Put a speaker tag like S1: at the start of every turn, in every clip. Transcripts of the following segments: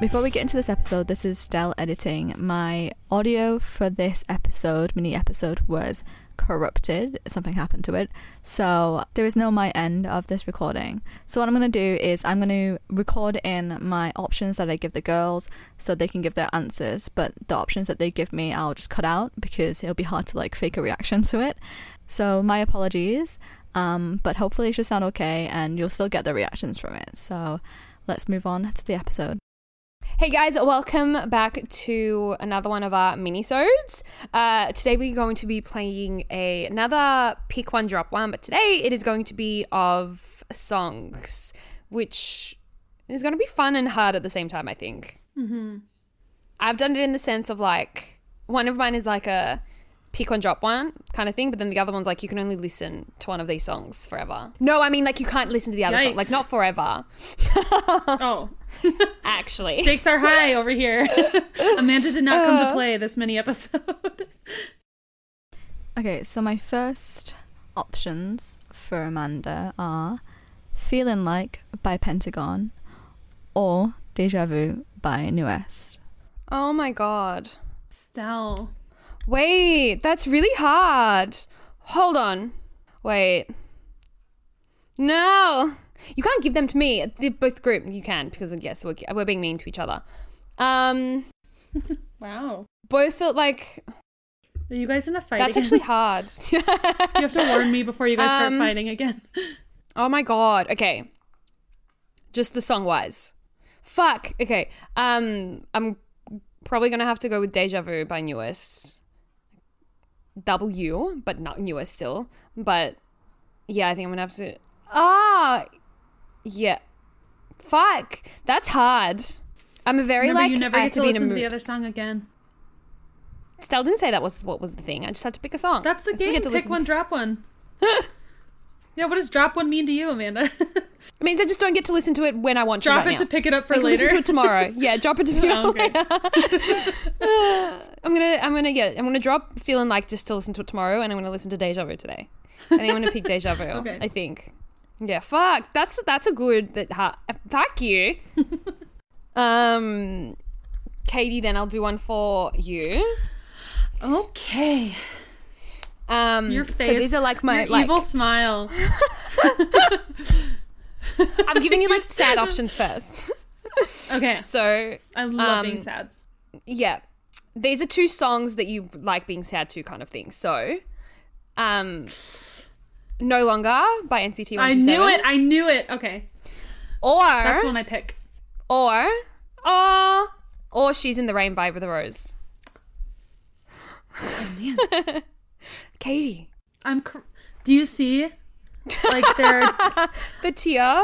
S1: Before we get into this episode, this is Stell editing. My audio for this episode, mini episode, was corrupted. Something happened to it. So there is no my end of this recording. So what I'm going to do is I'm going to record in my options that I give the girls so they can give their answers, but the options that they give me I'll just cut out because it'll be hard to like fake a reaction to it. So my apologies. Um, but hopefully it should sound okay and you'll still get the reactions from it. So let's move on to the episode.
S2: Hey guys, welcome back to another one of our minisodes. Uh, today we're going to be playing a, another pick one drop one, but today it is going to be of songs, which is going to be fun and hard at the same time. I think. Mm-hmm. I've done it in the sense of like one of mine is like a pick one drop one kind of thing, but then the other one's like you can only listen to one of these songs forever. No, I mean like you can't listen to the other song,
S3: Yikes.
S2: like not forever.
S3: Oh,
S2: Actually,
S3: stakes are high over here. Amanda did not
S2: Uh.
S3: come to play this mini episode.
S1: Okay, so my first options for Amanda are Feeling Like by Pentagon or Deja Vu by Newest.
S2: oh my god.
S3: Stell.
S2: Wait, that's really hard. Hold on. Wait. No. You can't give them to me. They're both group. You can because yes, we're, we're being mean to each other. Um,
S3: Wow.
S2: both felt like
S3: Are you guys in a fight?
S2: that's
S3: again?
S2: actually hard.
S3: You have to warn me before you guys start
S2: Um,
S3: fighting again.
S2: Oh my god. Okay. Just the song wise. Fuck. Okay. Um I'm probably gonna have to go with Deja Vu by Newest. W, but not newest still. But yeah, I think I'm gonna have to Ah Yeah. Fuck. That's hard. I'm a very
S3: Remember,
S2: like
S3: you never
S2: I have
S3: get to
S2: to be in a
S3: listen to the
S2: mood.
S3: other song again.
S2: Stell didn't say that was what was the thing. I just had to pick a song.
S3: That's the
S2: I still
S3: game.
S2: get
S3: Pick
S2: to listen-
S3: one, drop one. yeah, what does drop one mean to you, Amanda?
S2: It means I just don't get to listen to it when I want to.
S3: drop
S2: right
S3: it
S2: now.
S3: to pick it up for
S2: I can
S3: later.
S2: Listen to it tomorrow. Yeah, drop it to me.
S3: Oh, okay.
S2: I'm gonna, I'm gonna, yeah, I'm gonna drop feeling like just to listen to it tomorrow, and I'm gonna listen to Deja Vu today. I think I'm gonna pick Deja Vu.
S3: Okay.
S2: I think. Yeah, fuck. That's that's a good that. Ha, fuck you. um, Katie. Then I'll do one for you.
S3: okay.
S2: Um,
S3: Your face.
S2: So these are like my
S3: Your
S2: like.
S3: evil smile.
S2: I'm giving you like sad options first.
S3: Okay.
S2: Um, So
S3: I love
S2: Um,
S3: being sad.
S2: yeah these are two songs that you like being sad to kind of thing so um no longer by nct 127
S3: I knew it. I knew it. Okay.
S2: or
S3: That's when I pick.
S2: or or or she's in the rain by the rose
S3: Oh,
S2: katie
S3: I'm. Cr- Do you see? Like there, are-
S2: the tear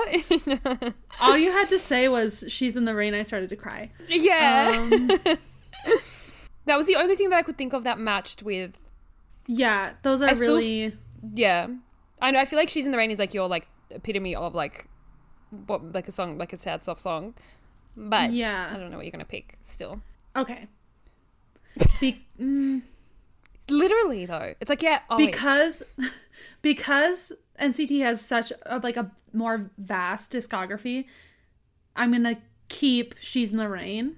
S3: all you had to say was "she's in the rain." I started to cry.
S2: yeah
S3: Um,
S2: that was the only thing that i could think of that matched with
S3: yeah, those are
S2: I still-
S3: really.
S2: yeah i know i feel like she's in the rain is like your like epitome of like what like a song like a sad soft song but
S3: Yeah.
S2: i don't know what you're gonna pick still
S3: Okay. Be- mm,
S2: Literally though, it's like yeah, oh, wait.
S3: because because NCT has such a, like a more vast discography, I'm gonna keep "She's in the Rain"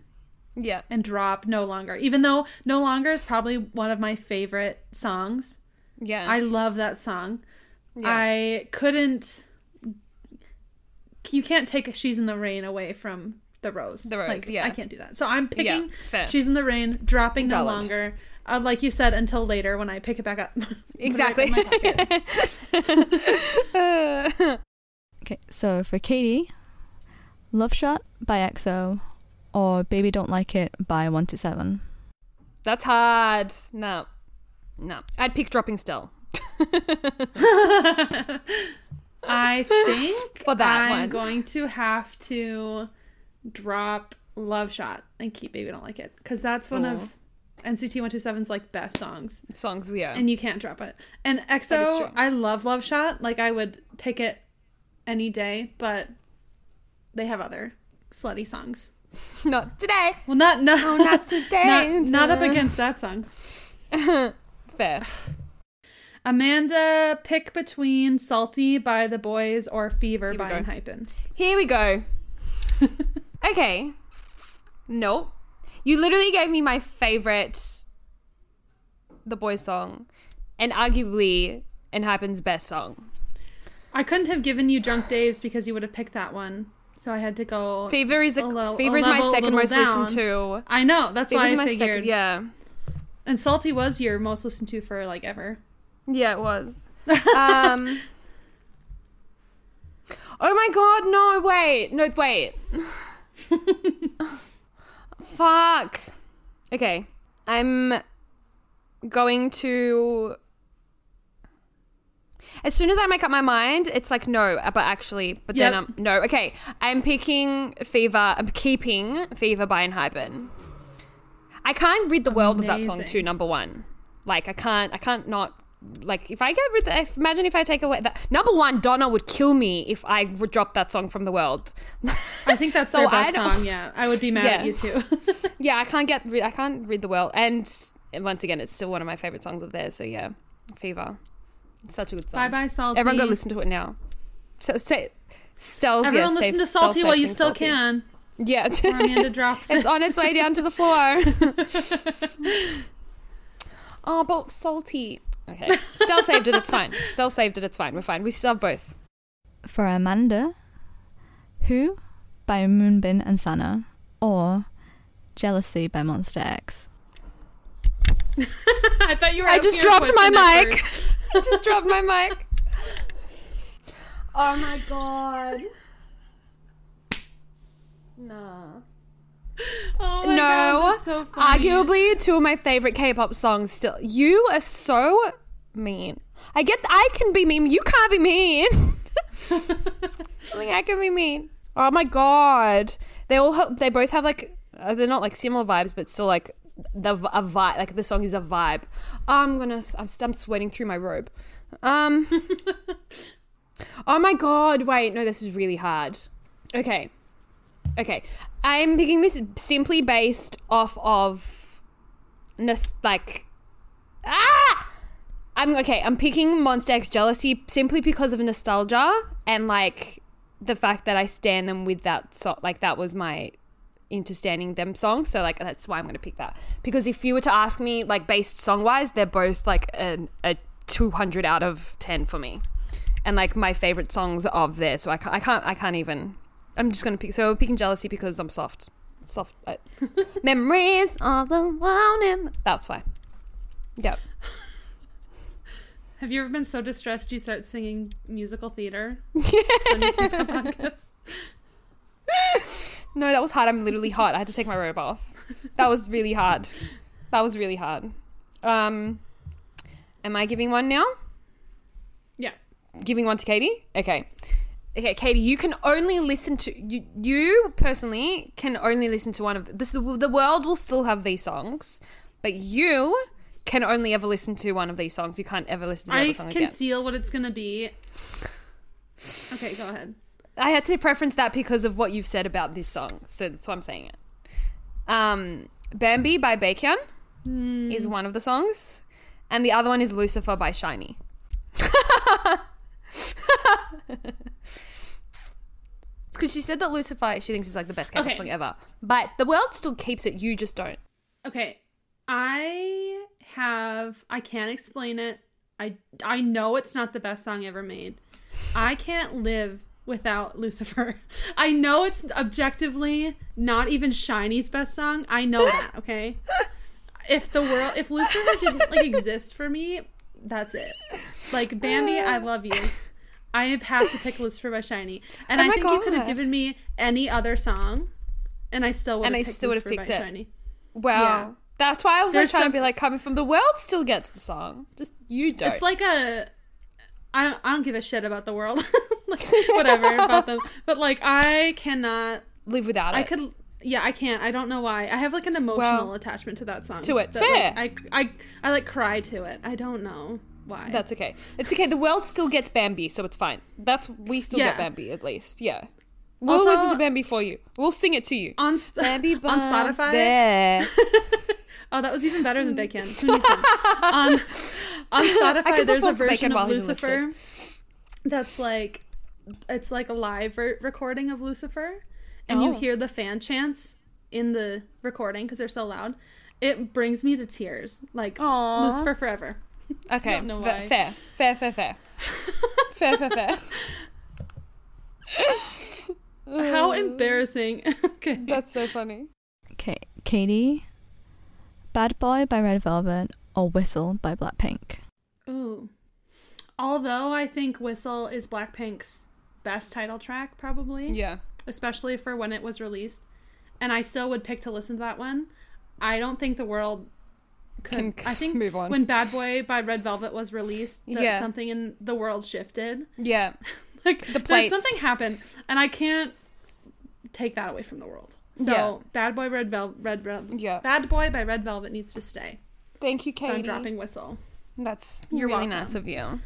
S2: yeah,
S3: and drop "No Longer," even though "No Longer" is probably one of my favorite songs.
S2: yeah,
S3: I love that song.
S2: Yeah.
S3: I couldn't. You can't take "She's in the Rain" away from the rose.
S2: The Rose,
S3: Like,
S2: yeah.
S3: I can't do that. So I'm
S2: Yeah,
S3: picking
S2: fair.
S3: "She's in the Rain," dropping no
S2: Valid.
S3: longer. Uh, like you said, until later when I pick it back up. Put it back in
S2: Exactly.
S3: my pocket.
S1: Okay, so for Katie, Love Shot by EXO or Baby Don't Like It by 127.
S2: that's hard. No, no, I'd pick dropping still
S3: I think
S2: For that
S3: I'm
S2: one.
S3: going to have to drop "Love Shot" and keep "Baby Don't Like It" because that's one
S2: Aw.
S3: of NCT 127's like best songs.
S2: songs. Yeah,
S3: and you can't drop it. And
S2: is true.
S3: EXO, I love Love Shot. Like I would pick it any day, but they have other slutty songs.
S2: not today.
S3: Well, not no,
S2: Oh, not today.
S3: not, not up against that song.
S2: Fair.
S3: Amanda, pick between "Salty" by The Boys or "Fever"
S2: Here we
S3: by
S2: go.
S3: Hypen.
S2: Here we go. okay, Nope. You literally gave me my favorite The Boys song and arguably and Hypen's best song.
S3: I couldn't have given you Drunk Days because you would have picked that one. So I had to go.
S2: Fever is a,
S3: A little-
S2: Fever
S3: a
S2: is my
S3: Oh, level-
S2: second
S3: little
S2: most
S3: down.
S2: listened to.
S3: I know. That's
S2: Fever's
S3: why I
S2: my
S3: figured.
S2: second yeah.
S3: And Salty was your most listened to for like ever.
S2: Yeah, it was. Um Oh my god, no, wait. No, wait. Fuck. Okay. I'm going to as soon as I make up my mind, it's like no, uh, but actually, but then
S3: Yep.
S2: I'm no. Okay, I'm picking Fever. I'm keeping Fever by Hypen. I can't rid the world of that song
S3: Amazing.
S2: too. Number one, like I can't, I can't not like if I get rid. The, if, imagine if I take away that number one, Donna would kill me if I re- dropped that song from the world.
S3: I think that's
S2: So
S3: their
S2: I
S3: best
S2: don't-
S3: song. Yeah, I would be mad
S2: Yeah.
S3: at you too.
S2: yeah, I can't get, rid I can't rid the world. And once again, it's still one of my favorite songs of theirs. So yeah, Fever, it's such a good song.
S3: bye bye, Salty.
S2: Everyone go listen to it now. So say Stell's
S3: Everyone
S2: yeah,
S3: listen
S2: save-
S3: to
S2: Stell
S3: Salty while you
S2: saving
S3: still
S2: Salty.
S3: can.
S2: Yeah.
S3: Or Amanda drops
S2: it's
S3: it.
S2: on its way down to the floor. oh, but salty. Okay. Stell saved it, it's fine. Stell saved it, it's fine. We're fine. We still have both.
S1: for Amanda, Who by Moonbin and Sana, or Jealousy by Monster X.
S3: I thought you were.
S2: I
S3: asking
S2: just
S3: a
S2: dropped my
S3: question at
S2: mic.
S3: first.
S2: I just dropped my mic. Oh my god. Nah.
S3: Oh
S2: no.
S3: my God, that's so funny.
S2: Arguably two of my favorite K-pop songs still. You are so mean. I get I can be mean. You can't be mean. I mean, I can be mean. Oh my god. They all have, they both have like uh, they're not like similar vibes but still like the v- a vibe like the song is a vibe. I'm going to I'm, s- I'm sweating through my robe. Um Oh my god, wait, no, this is really hard. Okay. Okay. I'm picking this simply based off of nos- like Ah I'm okay, I'm picking Monster X Jealousy simply because of nostalgia and like the fact that I stand them with that so like that was my into standing them song. So like that's why I'm gonna pick that. Because if you were to ask me like based song wise, they're both like an, a 200 out of 10 for me, and like my favorite songs of there. So I can't I can't I can't even. I'm just gonna pick. So I'm picking jealousy because I'm soft, soft. uh, memories all alone in. That's why. Yep.
S3: Have you ever been so distressed you start singing musical theater? on your K-pop podcast?
S2: No, that was hard. I'm literally hot. I had to take my robe off. That was really hard. That was really hard. Um, am I giving one now?
S3: Yeah.
S2: Giving one to Katie? Okay. Okay, Katie, you can only listen to you. You personally can only listen to one of this. The world will still have these songs, but you can only ever listen to one of these songs. You can't ever listen to the
S3: I
S2: other song
S3: can
S2: again.
S3: feel what it's gonna be. Okay, go ahead.
S2: I had to preference that because of what you've said about this song. So that's why I'm saying it. Um, Bambi by Baekhyun is one of the songs, and the other one is Lucifer by Shiny. Because she said that Lucifer, she thinks is like the best K-pop
S3: Okay.
S2: song ever, but the world still keeps it. You just don't.
S3: Okay. I have I can't explain it. I I know it's not the best song ever made. I can't live without Lucifer. I know it's objectively not even Shiny's best song. I know that, okay? if the world if Lucifer didn't like exist for me, that's it. Like Bambi, I
S2: Uh.
S3: love you. I have to pick Lucifer by Shiny. And
S2: Oh
S3: I
S2: my
S3: think you could have
S2: God.
S3: given me any other song and I still would
S2: And I
S3: have picked
S2: still would've
S3: Lucifer by
S2: picked it.
S3: Shiny.
S2: Wow,
S3: Yeah.
S2: that's why I was like
S3: There's
S2: trying
S3: some-
S2: to be like coming from the world still gets the song. Just you don't.
S3: It's like a I don't I don't give a shit about the world. like, whatever about them. But like I cannot
S2: live without it.
S3: I could yeah, I can't. I don't know why. I have like an emotional
S2: Well,
S3: attachment to that song.
S2: to it.
S3: That, like,
S2: Fair.
S3: I I I like cry to it. I don't know why.
S2: That's okay. It's okay. The world still gets Bambi, so it's fine. That's we still get
S3: Yeah.
S2: Bambi at least. Yeah. We'll
S3: Also-
S2: listen to Bambi for you. We'll sing it to you.
S3: on sp-
S2: Bambi
S3: on Spotify.
S2: Bambi.
S3: Oh, that was even better than Bacon. Who knew? um, on Spotify,
S2: could
S3: there's a
S2: perform for Bacon
S3: version
S2: while
S3: of
S2: he's enlisted.
S3: Lucifer that's like it's like a live re- recording of Lucifer, and you
S2: Oh.
S3: hear the fan chants in the recording because they're so loud, it brings me to tears. Like
S2: Aw.
S3: Lucifer forever.
S2: Okay,
S3: Don't know
S2: but
S3: why.
S2: fair, fair, fair, fair, fair, fair, fair.
S3: How
S2: Uh,
S3: embarrassing. okay.
S2: That's so funny.
S1: Okay, Katie, Bad Boy by Red Velvet or Whistle by Blackpink.
S3: Ooh. Although I think Whistle is Blackpink's best title track, probably,
S2: Yeah.
S3: especially for when it was released, and I still would pick to listen to that one. I don't think the world could.
S2: Can
S3: I think
S2: move on.
S3: when Bad Boy by Red Velvet was released, that
S2: Yeah.
S3: something in the world shifted.
S2: Yeah.
S3: Like
S2: The
S3: there's
S2: plates.
S3: something happened, and I can't take that away from the world. So
S2: Yeah.
S3: Bad Boy Red Velvet, Red, Vel-
S2: Yeah.
S3: Bad Boy by Red Velvet needs to stay.
S2: Thank you,
S3: So
S2: Katie.
S3: I'm dropping Whistle.
S2: That's
S3: You're
S2: really
S3: welcome.
S2: nice of you.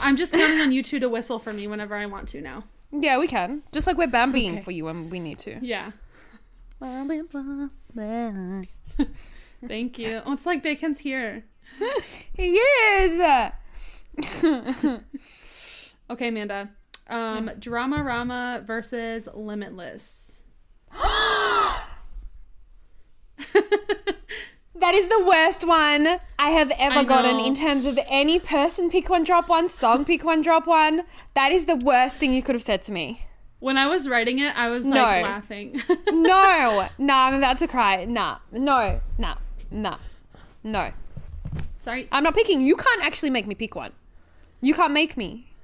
S3: I'm just counting on you two to whistle for me whenever I want to now.
S2: Yeah, we can. Just like we're bambiing
S3: Okay.
S2: for you when we need to.
S3: Yeah.
S2: He
S3: Thank you. Oh, it's like Bacon's here.
S2: is.
S3: Okay, Amanda. Um, Drama Rama versus Limitless.
S2: That is the worst one I have ever
S3: I
S2: gotten
S3: know.
S2: in terms of any person pick one, drop one, song pick one, drop one. That is the worst thing you could have said to me.
S3: When I was writing it, I was like
S2: No.
S3: laughing.
S2: No, nah, I'm about to cry. Nah, no, nah, nah, no.
S3: Sorry.
S2: I'm not picking. You can't actually make me pick one. You can't make me.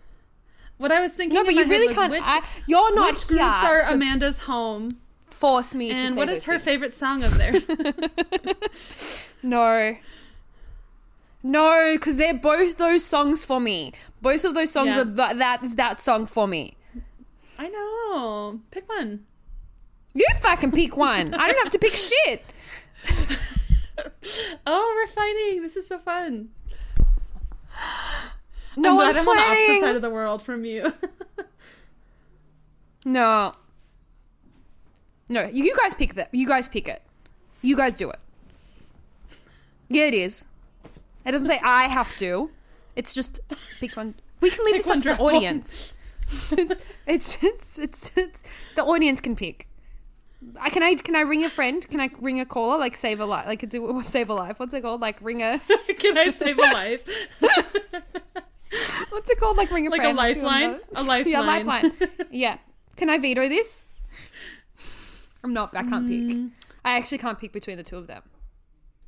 S3: What I was thinking.
S2: No, but
S3: in
S2: you
S3: my
S2: really
S3: head was
S2: can't.
S3: Which,
S2: I, you're not
S3: which
S2: here
S3: groups are
S2: to
S3: Amanda's home,
S2: force me to.
S3: and
S2: say
S3: what is
S2: those
S3: her
S2: things.
S3: favorite song of theirs?
S2: No. No, because they're both those songs for me. Both of those songs
S3: Yeah.
S2: are th- that is that song for me.
S3: I know. Pick one.
S2: You fucking pick one. I don't have to pick shit.
S3: Oh, we're fighting. This is so fun.
S2: No,
S3: I'm
S2: I'm,
S3: glad I'm on the opposite side
S2: sweating.
S3: of the world from you.
S2: No. No, you you guys pick that. You guys pick it. You guys do it. Yeah, it is. It doesn't say I have to. It's just pick one. We can leave
S3: Pick
S2: this up
S3: one,
S2: to the
S3: drop one.
S2: audience. it's, it's, it's it's it's the audience can pick. I can I can I ring a friend? Can I ring a caller? Like save a life? Like do save a life? What's it called? Like ring a
S3: Can I save a life?
S2: what's it called? Like ring a
S3: Like a
S2: friend?
S3: lifeline? A lifeline.
S2: Yeah, lifeline. yeah. Can I veto this? I'm not. I
S3: Hmm.
S2: can't
S3: Mm.
S2: pick. I actually can't pick between the two of them.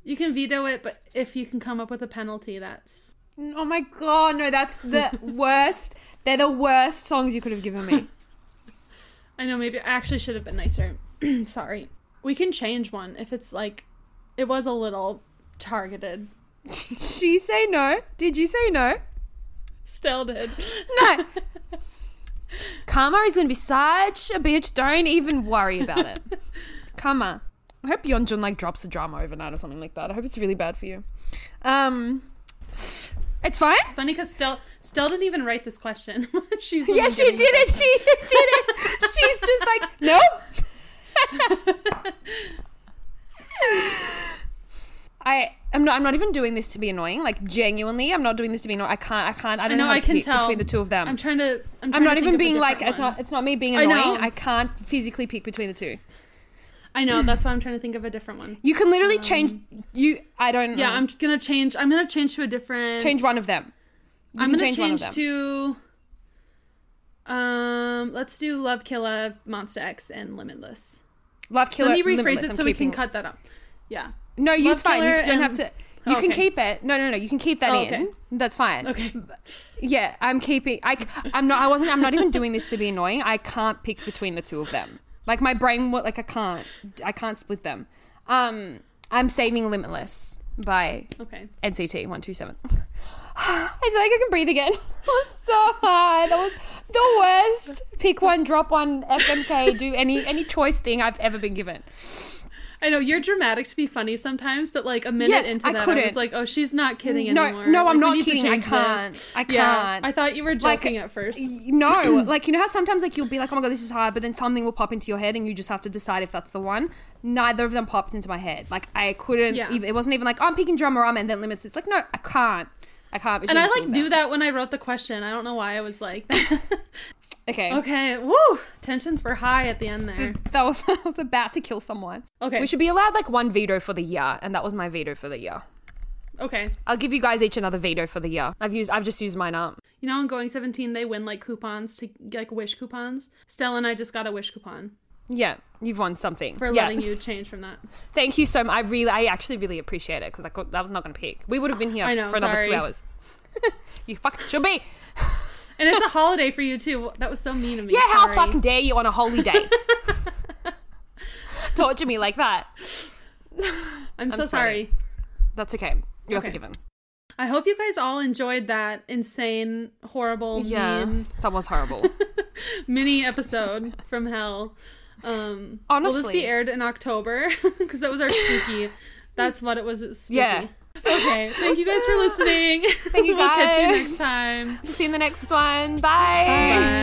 S3: You can veto it, but if you can come up with a penalty, that's
S2: N- Oh my god, no! That's the worst. They're the worst songs you could have given me.
S3: I know maybe I actually should have been nicer. Sorry. We can change one if it's like it was a little targeted.
S2: Did she say no? Did you say no?
S3: Still did.
S2: No. Karma is gonna be such a bitch. Don't even worry about it. Karma. I hope Yeonjun like drops a drama overnight or something like that. I hope it's really bad for you. Um, it's fine.
S3: It's funny because Stell Stell didn't even write this question. She's the
S2: Yeah,
S3: one
S2: she
S3: giving
S2: did it. She did it. She's just like, nope. I am not. I'm not even doing this to be annoying. Like genuinely, I'm not doing this to be annoying. I can't. I can't. I don't
S3: I know,
S2: know. how
S3: I
S2: to
S3: can
S2: pick
S3: tell.
S2: between the two of them.
S3: I'm trying to. I'm, trying
S2: I'm not
S3: to think
S2: even
S3: of a
S2: being
S3: different
S2: like it's
S3: one.
S2: not it's not me being
S3: I
S2: annoying. I,
S3: know.
S2: can't physically pick between the two.
S3: I know. That's why I'm trying to think of a different one.
S2: You can literally change you I don't
S3: Um, Yeah,
S2: know.
S3: I'm gonna change. I'm gonna change to a different.
S2: change one of them. You
S3: I'm
S2: can
S3: gonna
S2: change
S3: change,
S2: one of them.
S3: to. Um, let's do Love Killa, Monster X, and Limitless.
S2: Love killer.
S3: Let me rephrase
S2: Limitless,
S3: it
S2: I'm
S3: so we can
S2: keeping-
S3: cut that up. Yeah.
S2: No, you
S3: Love
S2: it's fine. You
S3: Killer
S2: don't have
S3: and- Oh,
S2: to you can
S3: Okay.
S2: keep it. No, no, no. You can keep that
S3: Oh,
S2: in.
S3: okay.
S2: That's fine.
S3: Okay.
S2: Yeah, I'm keeping. I, am not. I wasn't. I'm not even doing this to be annoying. I can't pick between the two of them. Like my brain, wa- like I can't. I can't split them. Um, I'm saving Limitless by
S3: Okay.
S2: NCT one two seven. I feel like I can breathe again. That was so hard. That was the worst. Pick one, drop one, FMK, do any any choice thing I've ever been given.
S3: I know you're dramatic to be funny sometimes, but like a minute
S2: Yeah,
S3: into
S2: I
S3: that, I
S2: couldn't.
S3: was like, "Oh, she's not kidding
S2: No,
S3: anymore."
S2: no, I'm
S3: Like, we
S2: not
S3: need to
S2: kidding. I
S3: change
S2: can't.
S3: this.
S2: I
S3: Yeah,
S2: can't.
S3: I thought you were
S2: Like,
S3: joking at first.
S2: No, like you know how sometimes like you'll be like, oh my god, this is hard, but then something will pop into your head and you just have to decide if that's the one. Neither of them popped into my head. Like I couldn't.
S3: Yeah.
S2: Even, it wasn't even like oh, I'm picking Drumorama and then Limits. It's like no, I can't. I can't.
S3: And I like knew that when I wrote the question. I don't know why I was like, that.
S2: Okay.
S3: Okay, woo! Tensions were high at the end there.
S2: Th- That was I was about to kill someone.
S3: Okay,
S2: We should be allowed like one veto for the year, and that was my veto for the year.
S3: okay.
S2: I'll give you guys each another veto for the year. I've used I've just used mine up.
S3: You know, in Going 17, they win like coupons to like wish coupons. Stella and I just got a wish coupon
S2: Yeah, you've won something.
S3: for
S2: yeah.
S3: letting you change from that.
S2: Thank you so much. I really I actually really appreciate it because I could, that was not gonna pick. We would have been here
S3: I know,
S2: for another two
S3: sorry.
S2: hours. you fucking should be.
S3: And it's a holiday for you too. That was so mean of me.
S2: Yeah, how
S3: Sorry.
S2: fucking dare you on a holy day? Torture me like that.
S3: I'm
S2: I'm
S3: so
S2: sorry.
S3: sorry.
S2: That's okay. You're
S3: Okay.
S2: forgiven.
S3: I hope you guys all enjoyed that insane, horrible,
S2: Yeah,
S3: mean
S2: that was horrible.
S3: mini episode from hell. Um, will this
S2: Honestly.
S3: be aired in October? Because that was our spooky. That's what it was. it was Spooky.
S2: Yeah.
S3: Okay. Thank you guys for listening.
S2: Thank you
S3: we'll catch you
S2: guys.
S3: next time.
S2: See you in the next one. Bye.
S3: Bye.